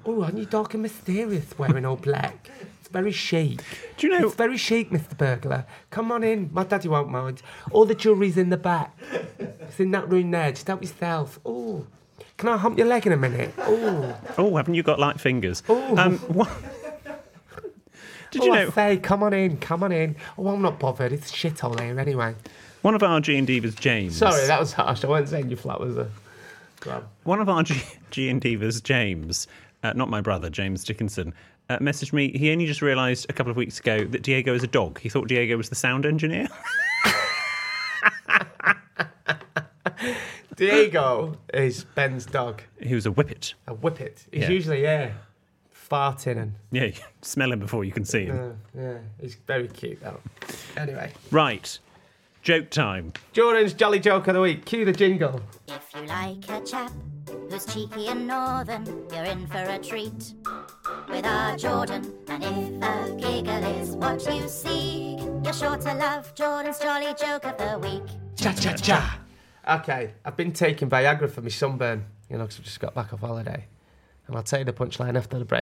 Speaker 5: Oh, aren't you dark and mysterious wearing all black? It's very chic.
Speaker 3: Do you know?
Speaker 5: It's very chic, Mr. Burglar. Come on in. My daddy won't mind. All the jewellery's in the back. It's in that room there. Just help yourself. Oh, can I hump your leg in a minute? Oh,
Speaker 3: Oh, haven't you got light fingers? Um, what? Did you
Speaker 5: oh, I
Speaker 3: know?
Speaker 5: Oh, say, come on in, come on in. Oh, I'm not bothered. It's shit all here anyway.
Speaker 3: One of our G and D was James.
Speaker 4: Sorry, that was harsh. I wasn't saying your flat was a. Well,
Speaker 3: One of our G G and Divas, James, uh, not my brother, James Dickinson, uh, messaged me. He only just realised a couple of weeks ago that Diego is a dog. He thought Diego was the sound engineer.
Speaker 4: Diego is Ben's dog.
Speaker 3: he was a whippet.
Speaker 4: A whippet. He's
Speaker 3: Yeah.
Speaker 4: usually yeah, farting and
Speaker 3: Yeah, you smell him before you can see him.
Speaker 4: uh, yeah. He's very cute though. Anyway,
Speaker 3: Right, joke time.
Speaker 4: Jordan's jolly joke of the week. Cue the jingle.
Speaker 6: If you like a chap who's cheeky and northern, you're in for a treat with our Jordan. And if a giggle is what you seek, you're sure to love Jordan's jolly joke of the week.
Speaker 4: Cha cha cha. Okay, I've been taking Viagra for my sunburn. You know, 'cause I've just got back off holiday. And I'll tell you the punchline after the break.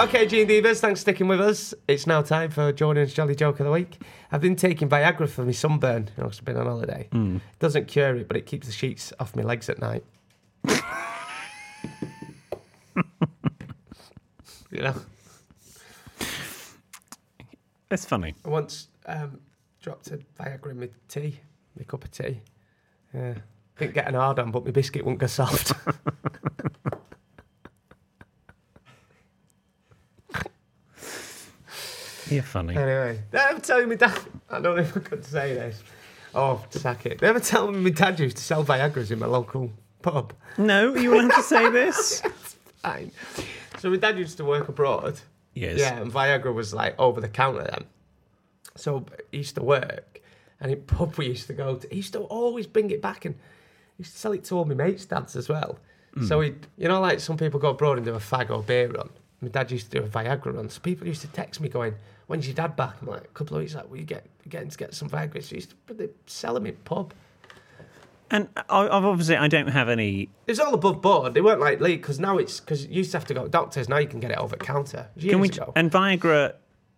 Speaker 4: Okay, Gene Divas, thanks for sticking with us. It's now time for Jordan's Jolly Joke of the Week. I've been taking Viagra for my sunburn. You know, 'cause I've been on holiday. It doesn't cure it, but it keeps the sheets off my legs at night. you know,
Speaker 3: That's funny.
Speaker 4: I once um, dropped a Viagra in my tea, my cup of tea. Yeah. Didn't get an hard on, but my biscuit wouldn't go soft.
Speaker 3: You're funny.
Speaker 4: Anyway, they ever tell me dad? I don't know if I could say this. Oh, sack it. They ever tell me my dad used to sell Viagra's in my local pub?
Speaker 3: No, you allowed to say this?
Speaker 4: Fine. So my dad used to work abroad.
Speaker 3: Yes.
Speaker 4: Yeah, and Viagra was like over the counter then. So he used to work, and in pub we used to go to, he used to always bring it back and he used to sell it to all my mates' dads as well.
Speaker 3: Hmm.
Speaker 4: So he, you know, like some people go abroad and do a fag or beer run. My dad used to do a Viagra run. So people used to text me going, "When's your dad back?" I'm like, "A couple of weeks." Like, "We get we're getting to get some Viagra." So he used to but they sell them in pub.
Speaker 3: And I, I've obviously, I don't have any.
Speaker 4: It was all above board. They weren't like league because now it's because you used to have to go to doctors. Now you can get it over the counter. Years
Speaker 3: Can we?
Speaker 4: ago.
Speaker 3: And Viagra,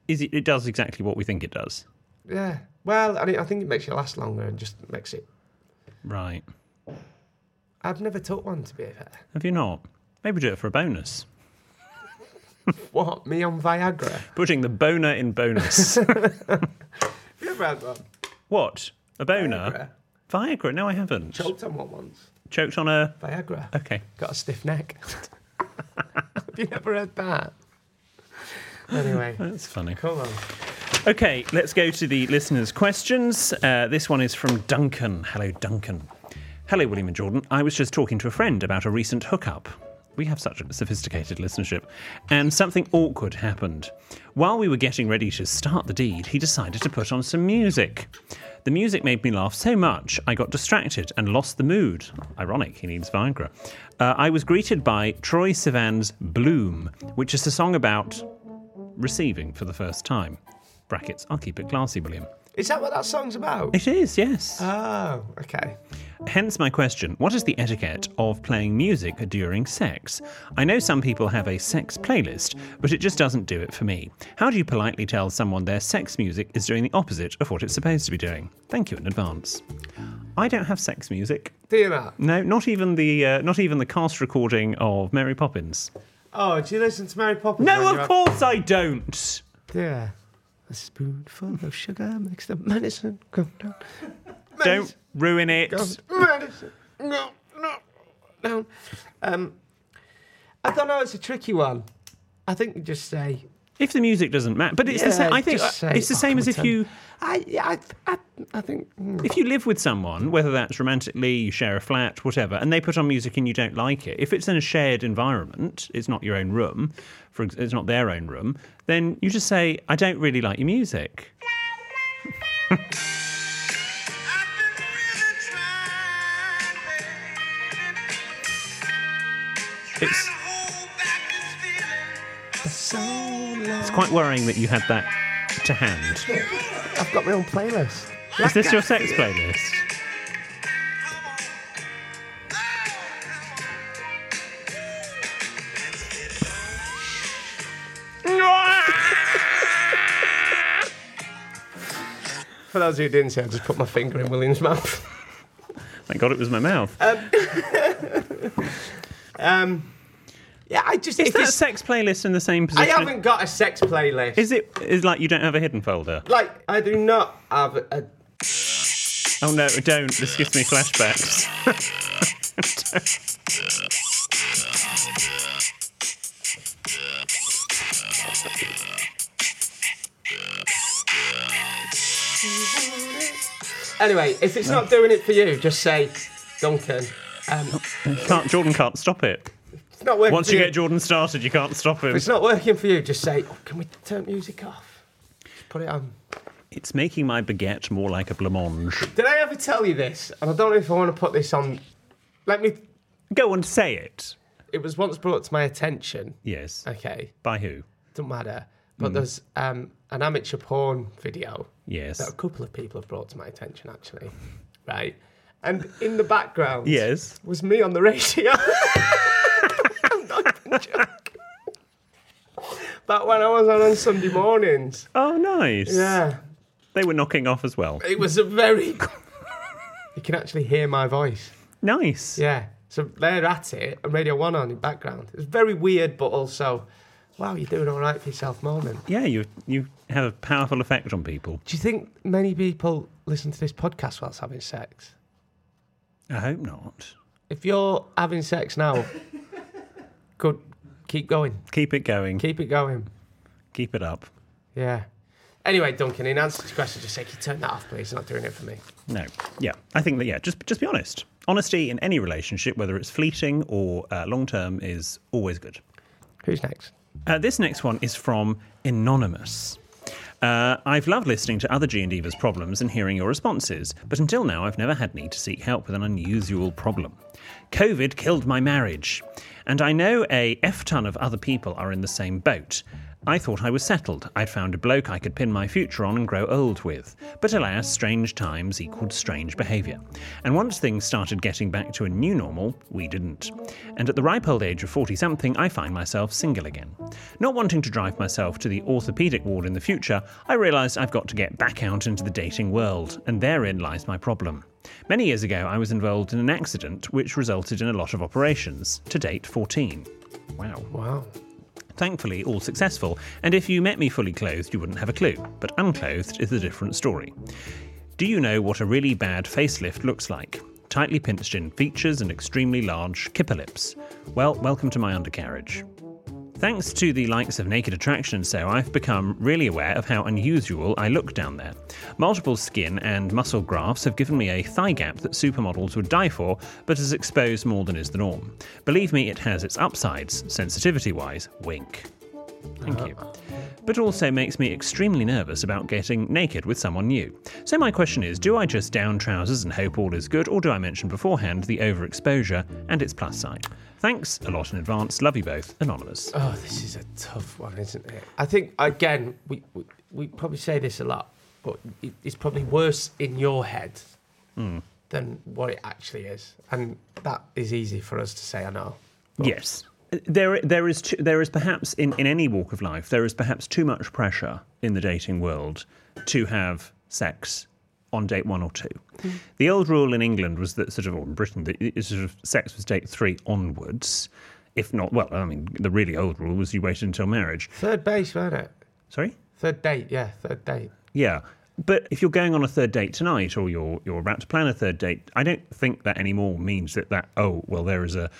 Speaker 3: is it, it does exactly what we think it does.
Speaker 4: Yeah. Well, I, mean, I think it makes you last longer and just makes it.
Speaker 3: Right.
Speaker 4: I've never took one to be fair.
Speaker 3: Have you not? Maybe do it for a bonus.
Speaker 4: What? Me on Viagra? Have
Speaker 3: Putting the boner in bonus.
Speaker 4: you ever had um, one?
Speaker 3: what? A boner? Viagra? No, I haven't.
Speaker 4: Choked on one once. Uh,
Speaker 3: Choked on a.
Speaker 4: Viagra.
Speaker 3: Okay.
Speaker 4: Got a stiff neck. Have you never heard that? Anyway,
Speaker 3: That's funny.
Speaker 4: come on.
Speaker 3: Okay, let's go to the listeners' questions. Uh, this one is from Duncan. Hello, Duncan. Hello, William and Jordan. I was just talking to a friend about a recent hookup. We have such a sophisticated listenership. And something awkward happened. While we were getting ready to start the deed, he decided to put on some music. The music made me laugh so much, I got distracted and lost the mood. Ironic, he needs Viagra. Uh, I was greeted by Troy Sivan's Bloom, which is a song about receiving for the first time. brackets. I'll keep it classy, William.
Speaker 4: Is that what that song's about?
Speaker 3: It is, yes.
Speaker 4: Oh, okay.
Speaker 3: Hence my question What is the etiquette of playing music during sex? I know some people have a sex playlist, but it just doesn't do it for me. How do you politely tell someone their sex music is doing the opposite of what it's supposed to be doing? Thank you in advance. I don't have sex music.
Speaker 4: Do you not?
Speaker 3: No, not even the uh, not even the cast recording of Mary Poppins.
Speaker 4: Oh, do you listen to Mary Poppins? when
Speaker 3: No,
Speaker 4: you're
Speaker 3: of
Speaker 4: out-
Speaker 3: course I don't.
Speaker 4: Yeah. A spoonful of sugar makes the medicine go down.
Speaker 3: Don't ruin it.
Speaker 4: Medicine go no, down. Um, I don't know. It's a tricky one. I think you just say.
Speaker 3: If the music doesn't matter, but it's the
Speaker 4: yeah,
Speaker 3: same. I think
Speaker 4: just say,
Speaker 3: it's the
Speaker 4: "Oh,
Speaker 3: same as
Speaker 4: come on,
Speaker 3: if
Speaker 4: Tony."
Speaker 3: you
Speaker 4: I, yeah, I, I, I think. mm.
Speaker 3: If you live with someone, whether that's romantically, you share a flat, whatever, and they put on music and you don't like it, if it's in a shared environment, it's not your own room, for ex- it's not their own room, then you just say, "I don't really like your music." It's it's quite worrying that you had that to hand.
Speaker 4: I've got my own playlist.
Speaker 3: Is this your sex playlist?
Speaker 4: For those who didn't see, I just put my finger in William's mouth.
Speaker 3: Thank God it was my mouth.
Speaker 4: Um, yeah, I just.
Speaker 3: Is
Speaker 4: if
Speaker 3: that
Speaker 4: it's-
Speaker 3: sex playlist in the same
Speaker 4: I
Speaker 3: position?
Speaker 4: haven't got a sex playlist.
Speaker 3: Is it is like you don't have a hidden folder?
Speaker 4: like I do not have a.
Speaker 3: Oh no, don't. This gives me flashbacks.
Speaker 4: Anyway, if it's not doing it for you, just say, Duncan. Um,
Speaker 3: Can't, Jordan can't stop it.
Speaker 4: it's not working.
Speaker 3: Once
Speaker 4: for
Speaker 3: you get Jordan started, you can't stop
Speaker 4: If
Speaker 3: him.
Speaker 4: it's not working for you, just say, oh, can we turn music off? Just put it on.
Speaker 3: It's making my baguette more like a blancmange.
Speaker 4: Did I ever tell you this? And I don't know if I want to put this on. Let me.
Speaker 3: Go and say it.
Speaker 4: It was once brought to my attention.
Speaker 3: Yes.
Speaker 4: Okay,
Speaker 3: By who?
Speaker 4: doesn't matter. But
Speaker 3: Mm.
Speaker 4: there's um, an amateur porn video that
Speaker 3: Yes.
Speaker 4: a couple of people have brought to my attention, actually. Right. And in the background
Speaker 3: Yes.
Speaker 4: was me on the radio. I'm not even joking. Back when I was on on Sunday mornings.
Speaker 3: Oh, nice.
Speaker 4: Yeah.
Speaker 3: They were knocking off as well.
Speaker 4: It was a very. you can actually hear my voice.
Speaker 3: Nice.
Speaker 4: Yeah. So they're at it, and Radio 1 on in background. It's very weird, but also, wow, you're doing all right for yourself moment.
Speaker 3: Yeah, you you have a powerful effect on people.
Speaker 4: Do you think many people listen to this podcast whilst having sex?
Speaker 3: I hope not.
Speaker 4: If you're having sex now, good, keep going.
Speaker 3: Keep it going.
Speaker 4: Keep it going.
Speaker 3: Keep it up.
Speaker 4: Yeah. Anyway, Duncan, in answer to the question, just say, can you turn that off, please? You're not doing it for me.
Speaker 3: No. Yeah. I think that yeah, just just be honest. Honesty in any relationship, whether it's fleeting or uh, long term, is always good.
Speaker 4: Who's next?
Speaker 3: Uh, this next one is from Anonymous. Uh, I've loved listening to other G and Eva's problems and hearing your responses, but until now I've never had need to seek help with an unusual problem. COVID killed my marriage, and I know a f ton of other people are in the same boat. I thought I was settled. I'd found a bloke I could pin my future on and grow old with. But alas, strange times equaled strange behaviour. And once things started getting back to a new normal, we didn't. And at the ripe old age of 40 something, I find myself single again. Not wanting to drive myself to the orthopaedic ward in the future, I realised I've got to get back out into the dating world, and therein lies my problem. Many years ago, I was involved in an accident which resulted in a lot of operations, to date 14. Wow.
Speaker 4: Wow.
Speaker 3: Thankfully, all successful, and if you met me fully clothed, you wouldn't have a clue. But unclothed is a different story. Do you know what a really bad facelift looks like? Tightly pinched in features and extremely large kipper lips. Well, welcome to my undercarriage. Thanks to the likes of Naked Attraction and so, I've become really aware of how unusual I look down there. Multiple skin and muscle grafts have given me a thigh gap that supermodels would die for, but is exposed more than is the norm. Believe me, it has its upsides, sensitivity wise, wink. Thank you. but also makes me extremely nervous about getting naked with someone new. So, my question is do I just down trousers and hope all is good, or do I mention beforehand the overexposure and its plus side? Thanks a lot in advance. Love you both. Anonymous.
Speaker 4: Oh, this is a tough one, isn't it? I think again, we we, we probably say this a lot, but it, it's probably worse in your head Hmm. than what it actually is, and that is easy for us to say. I know.
Speaker 3: Yes. There, there is, too, there is perhaps in, in any walk of life, there is perhaps too much pressure in the dating world to have sex on date one or two. The old rule in England was that sort of, or in Britain, that it- it's sort of sex was date three onwards. If not, well, I mean, the really old rule was you waited until marriage.
Speaker 4: Third base, weren't it?
Speaker 3: Sorry?
Speaker 4: Third date, yeah, third date.
Speaker 3: Yeah. But if you're going on a third date tonight or you're you're about to plan a third date, I don't think that anymore means that that oh, well there is a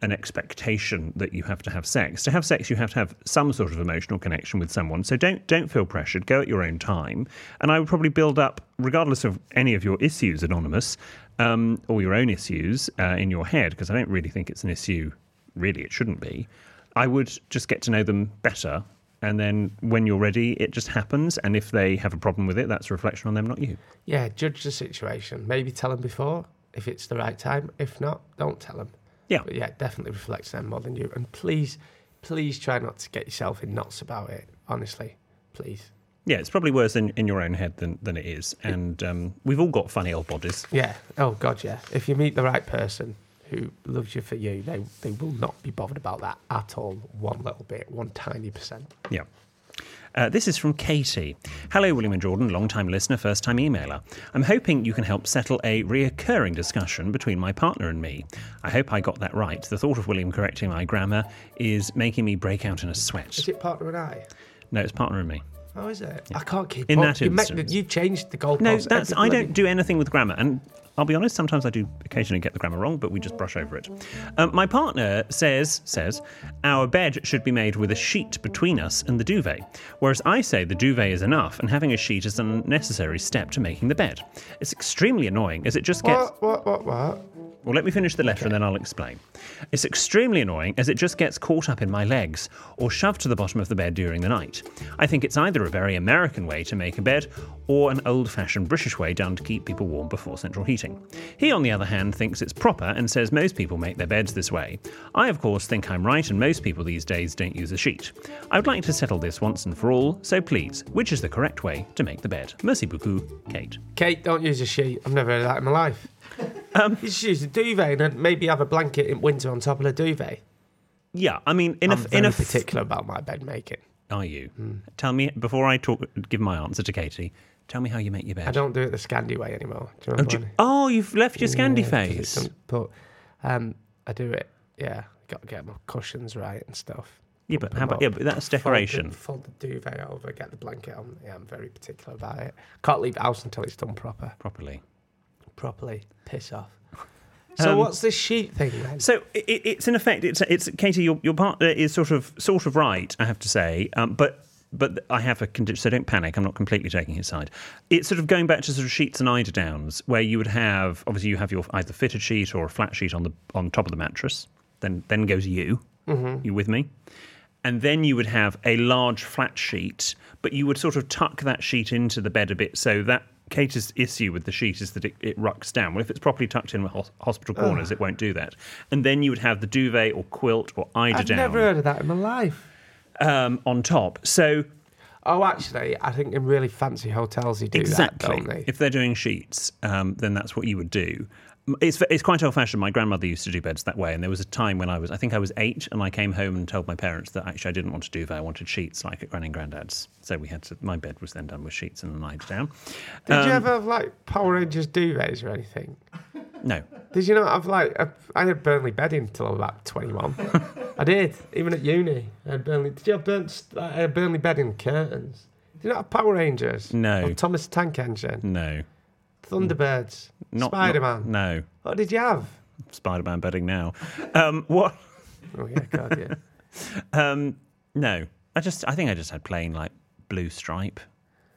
Speaker 3: an expectation that you have to have sex. To have sex you have to have some sort of emotional connection with someone. So don't don't feel pressured. Go at your own time. And I would probably build up regardless of any of your issues anonymous um, or your own issues uh, in your head because I don't really think it's an issue really it shouldn't be. I would just get to know them better. And then when you're ready, it just happens. And if they have a problem with it, that's a reflection on them, not you.
Speaker 4: Yeah, judge the situation. Maybe tell them before if it's the right time. If not, don't tell them.
Speaker 3: Yeah.
Speaker 4: But yeah, it definitely reflects them more than you. And please, please try not to get yourself in knots about it. Honestly, please.
Speaker 3: Yeah, it's probably worse in, in your own head than, than it is. And um, we've all got funny old bodies.
Speaker 4: Yeah. Oh God, yeah. If you meet the right person who loves you for you, they they will not be bothered about that at all. One little bit, one tiny percent.
Speaker 3: Yeah. Uh, this is from Katie. Hello, William and Jordan, long-time listener, first-time emailer. I'm hoping you can help settle a reoccurring discussion between my partner and me. I hope I got that right. The thought of William correcting my grammar is making me break out in a sweat.
Speaker 4: Is it partner and I?
Speaker 3: No, it's partner and me.
Speaker 4: Oh, is it? I can't keep
Speaker 3: In
Speaker 4: up.
Speaker 3: that
Speaker 4: you make the-
Speaker 3: instance.
Speaker 4: you've changed the goalposts.
Speaker 3: No, that's
Speaker 4: every
Speaker 3: I
Speaker 4: bloody-
Speaker 3: don't do anything with grammar, and I'll be honest. Sometimes I do occasionally get the grammar wrong, but we just brush over it. Um, my partner says says our bed should be made with a sheet between us and the duvet, whereas I say the duvet is enough, and having a sheet is an unnecessary step to making the bed. It's extremely annoying, as it just gets.
Speaker 4: What? What? What? What?
Speaker 3: Well, let me finish the letter and then I'll explain. It's extremely annoying as it just gets caught up in my legs or shoved to the bottom of the bed during the night. I think it's either a very American way to make a bed or an old fashioned British way done to keep people warm before central heating. He, on the other hand, thinks it's proper and says most people make their beds this way. I, of course, think I'm right and most people these days don't use a sheet. I would like to settle this once and for all, so please, which is the correct way to make the bed? Merci beaucoup, Kate.
Speaker 4: Kate, don't use a sheet. I've never heard of that in my life.
Speaker 3: Um,
Speaker 4: you should use a duvet and then maybe have a blanket in winter on top of the duvet.
Speaker 3: Yeah, I mean, in
Speaker 4: I'm
Speaker 3: a,
Speaker 4: very
Speaker 3: in a
Speaker 4: particular about my bed making.
Speaker 3: are you?
Speaker 4: Hmm.
Speaker 3: Tell me before I talk. Give my answer to Katie. Tell me how you make your bed.
Speaker 4: I don't do it the Scandi way anymore. Do
Speaker 3: Oh,
Speaker 4: you remember?
Speaker 3: do you-
Speaker 4: when-
Speaker 3: oh, you've left your Scandi
Speaker 4: Yeah, 'cause
Speaker 3: face.
Speaker 4: it's done- But um, I do it. Yeah, got to get my cushions right and stuff.
Speaker 3: Yeah, but
Speaker 4: Put
Speaker 3: how
Speaker 4: them
Speaker 3: about
Speaker 4: up.
Speaker 3: yeah? But that's decoration.
Speaker 4: Fold the, fold the duvet over, get the blanket on. Yeah, I'm very particular about it. Can't leave the house until it's done proper.
Speaker 3: properly.
Speaker 4: Properly. Piss off. So
Speaker 3: Um,
Speaker 4: what's this sheet thing then?
Speaker 3: So i i- it's in effect, it's it's Katie. Your your partner is sort of sort of right, I have to say. Um, but but I have a condition, so don't panic. I'm not completely taking his side. It's sort of going back to sort of sheets and eiderdowns, where you would have obviously you have your either fitted sheet or a flat sheet on the on top of the mattress. Then then goes you.
Speaker 4: Mm-hmm.
Speaker 3: You with me? And then you would have a large flat sheet, but you would sort of tuck that sheet into the bed a bit so that Kate's issue with the sheet is that it, it rucks down. Well, if it's properly tucked in with hos- hospital corners, it won't do that. And then you would have the duvet or quilt or
Speaker 4: I've
Speaker 3: eiderdown
Speaker 4: never heard of that in my life.
Speaker 3: um, on top. So
Speaker 4: Oh, actually, I think in really fancy hotels you do
Speaker 3: exactly,
Speaker 4: that, don't they?
Speaker 3: if they're doing sheets, um, then that's what you would do. M- It's it's quite old fashioned. My grandmother used to do beds that way, and there was a time when I was, I think I was eight, and I came home and told my parents that actually I didn't want to do that. I wanted sheets like at Gran and Granddad's. So we had to. My bed was then done with sheets and an eiderdown.
Speaker 4: Did
Speaker 3: um,
Speaker 4: you ever have like Power Rangers duvets or anything?
Speaker 3: No,
Speaker 4: Did you not have like a, I had Burnley bedding until I was about twenty one. I did, even at uni. I had Burnley. Did you have Burn, I had Burnley bedding curtains? Did you not have Power Rangers?
Speaker 3: No.
Speaker 4: Or Thomas the Tank Engine,
Speaker 3: no,
Speaker 4: Thunderbirds,
Speaker 3: not
Speaker 4: Spider Man.
Speaker 3: not- No,
Speaker 4: What did you have?
Speaker 3: Spider Man bedding now. Um, what?
Speaker 4: Oh yeah, God yeah.
Speaker 3: Um, no, I just I think I just had plain like blue stripe.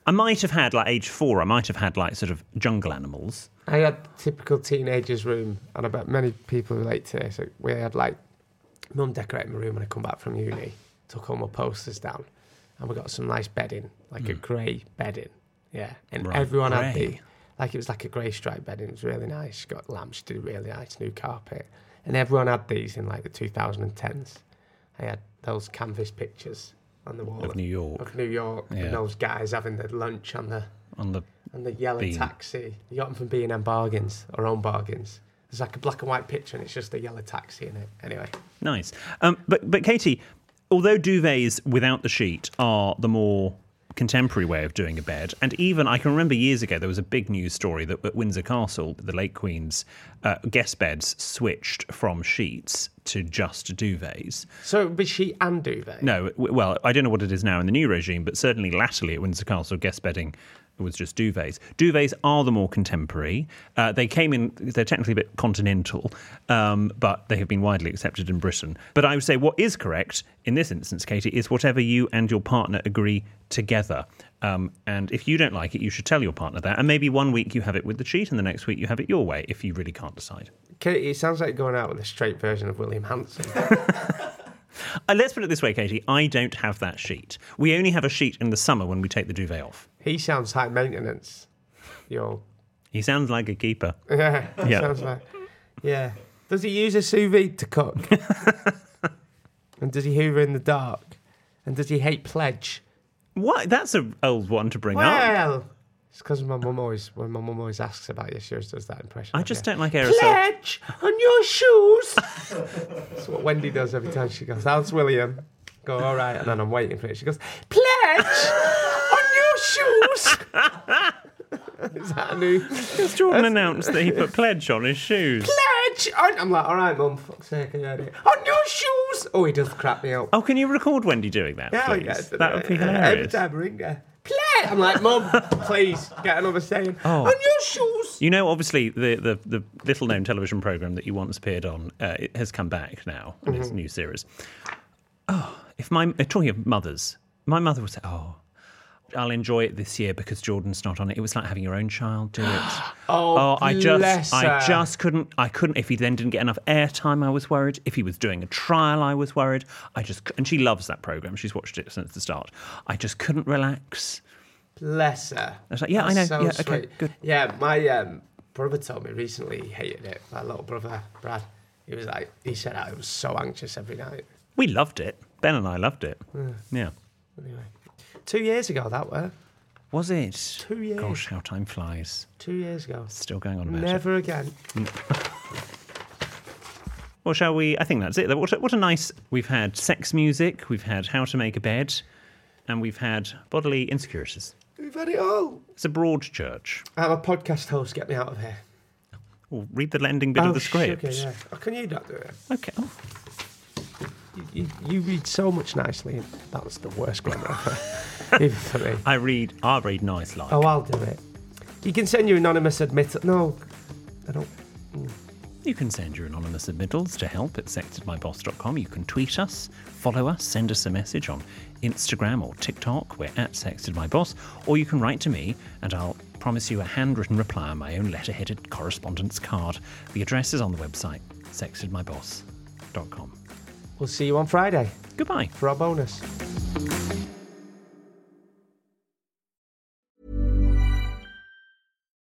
Speaker 3: I might have had like age four. I might have had like sort of jungle animals.
Speaker 4: I had typical teenagers' room, and I bet many people relate to this. Like, We had like mum decorating my room when I come back from uni, took all my posters down, and we got some nice bedding, like a grey bedding. Yeah, and
Speaker 3: Hmm. Right,
Speaker 4: everyone had
Speaker 3: grey.
Speaker 4: the like it was like a grey stripe bedding. It was really nice. She got lamps. She did a really nice new carpet, and everyone had these in like the 2010s. I had those canvas pictures on the wall
Speaker 3: Of New York.
Speaker 4: of New York,
Speaker 3: Yeah.
Speaker 4: and those guys having their lunch on the
Speaker 3: on the
Speaker 4: and the yellow
Speaker 3: Bean.
Speaker 4: taxi. You got them from B&M Bargains, or own bargains. There's like a black and white picture, and it's just a yellow taxi in it. Anyway,
Speaker 3: Nice. Um, but but Katie, although duvets without the sheet are the more contemporary way of doing a bed, and even I can remember years ago there was a big news story that at Windsor Castle the late Queen's uh, guest beds switched from sheets to just duvets.
Speaker 4: so it would be sheet and duvet.
Speaker 3: No, w- well I don't know what it is now in the new regime, but certainly latterly at Windsor Castle guest bedding. was just duvets. Duvets are the more contemporary. Uh, they came in, they're technically a bit continental, um, but they have been widely accepted in Britain. But I would say what is correct in this instance, Katie, is whatever you and your partner agree together. Um, and if you don't like it, you should tell your partner that. And maybe one week you have it with the cheat, and the next week you have it your way if you really can't decide.
Speaker 4: Katie, it sounds like you're going out with a straight version of William Hanson.
Speaker 3: Uh, let's put it this way, Katie I don't have that sheet. We only have a sheet in the summer when we take the duvet off.
Speaker 4: he sounds high maintenance. Yo,
Speaker 3: He sounds like a keeper.
Speaker 4: yeah,
Speaker 3: Yeah.
Speaker 4: sounds like yeah. Does he use a sous vide to cook? and does he hoover in the dark? And does he hate pledge?
Speaker 3: What? That's an old one to bring up.
Speaker 4: Well, it's because my mum always, when my mum always asks about you, she always does that impression.
Speaker 3: I
Speaker 4: of
Speaker 3: just
Speaker 4: you.
Speaker 3: don't like aerosol.
Speaker 4: Pledge on your shoes. That's what Wendy does every time she goes, How's William? Go, all right. And then I'm waiting for it. She goes, Pledge on your shoes. Is that a new
Speaker 3: Because Jordan announced that he put pledge on his shoes.
Speaker 4: pledge? On? I'm like, all right, mum, fuck's sake, I heard it. On your shoes. Oh, he does crap me up.
Speaker 3: Oh, can you record Wendy doing that?
Speaker 4: Yeah,
Speaker 3: please?
Speaker 4: yeah,
Speaker 3: that would be
Speaker 4: yeah, Every
Speaker 3: hilarious.
Speaker 4: time I ring her, pledge. I'm like, mum, please get another saying.
Speaker 3: Oh.
Speaker 4: On your shoes.
Speaker 3: You know, obviously, the, the, the little known television program that you once appeared on uh, it has come back now in
Speaker 4: Mm-hmm.
Speaker 3: its new series. Oh, if my uh, talking of mothers, my mother would say, "Oh, I'll enjoy it this year because Jordan's not on it." It was like having your own child do it.
Speaker 4: Oh,
Speaker 3: I just,
Speaker 4: bless
Speaker 3: I
Speaker 4: her.
Speaker 3: just couldn't, I couldn't. If he then didn't get enough airtime, I was worried. If he was doing a trial, I was worried. I just, c- and she loves that program. She's watched it since the start. I just couldn't relax.
Speaker 4: Bless her.
Speaker 3: was like, yeah, I
Speaker 4: That's
Speaker 3: know. Yeah, okay, good.
Speaker 4: Yeah, my um, brother told me recently he hated it. My little brother, Brad, he was like, he said I was so anxious every night.
Speaker 3: We loved it. Ben and I loved it. yeah.
Speaker 4: Anyway, two years ago that were.
Speaker 3: Was it?
Speaker 4: Two years.
Speaker 3: Gosh, how time flies.
Speaker 4: Two years ago.
Speaker 3: Still going on about it.
Speaker 4: Never again.
Speaker 3: Well, shall we? I think that's it. What a, what a nice. We've had sex music, we've had how to make a bed, and we've had bodily insecurities.
Speaker 4: We've had it all.
Speaker 3: It's a broad church.
Speaker 4: I'm a podcast host. Get me out of here. Oh,
Speaker 3: Well, read the ending bit of the script.
Speaker 4: Sugar, yeah. Oh, can you not do it?
Speaker 3: Okay. Oh,
Speaker 4: You, you, you read so much nicely. That was the worst grammar ever. Even for me.
Speaker 3: I read. I read nice like.
Speaker 4: Oh, I'll do it. You can send your anonymous admit. No, I don't.
Speaker 3: You can send your anonymous admittals to help at sexedmyboss.com. You can tweet us, follow us, send us a message on Instagram or TikTok. We're at sexedmyboss. Or you can write to me, and I'll promise you a handwritten reply on my own letterheaded correspondence card. The address is on the website, sexedmyboss.com.
Speaker 4: We'll see you on Friday
Speaker 3: Goodbye.
Speaker 4: for our bonus.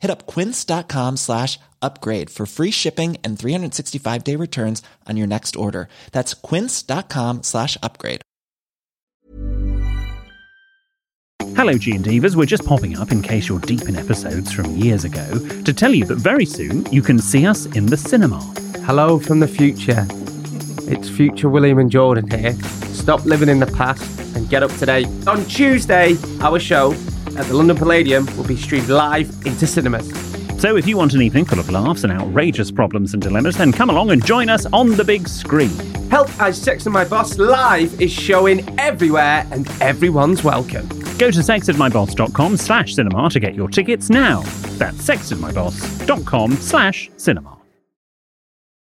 Speaker 7: Hit up quince.com slash upgrade for free shipping and 365 day returns on your next order. That's quince.com slash upgrade.
Speaker 3: Hello, G and Divas. We're just popping up in case you're deep in episodes from years ago to tell you that very soon you can see us in the cinema.
Speaker 8: Hello from the future. It's future William and Jordan here. Stop living in the past and get up today. On Tuesday, our show at the London Palladium will be streamed live into cinemas.
Speaker 3: So if you want an evening full of laughs and outrageous problems and dilemmas, then come along and join us on the big screen.
Speaker 8: Help I Sex and My Boss Live is showing everywhere and everyone's welcome.
Speaker 3: Go to sexedmyboss.com slash cinema to get your tickets now. That's sexedmyboss.com slash cinema.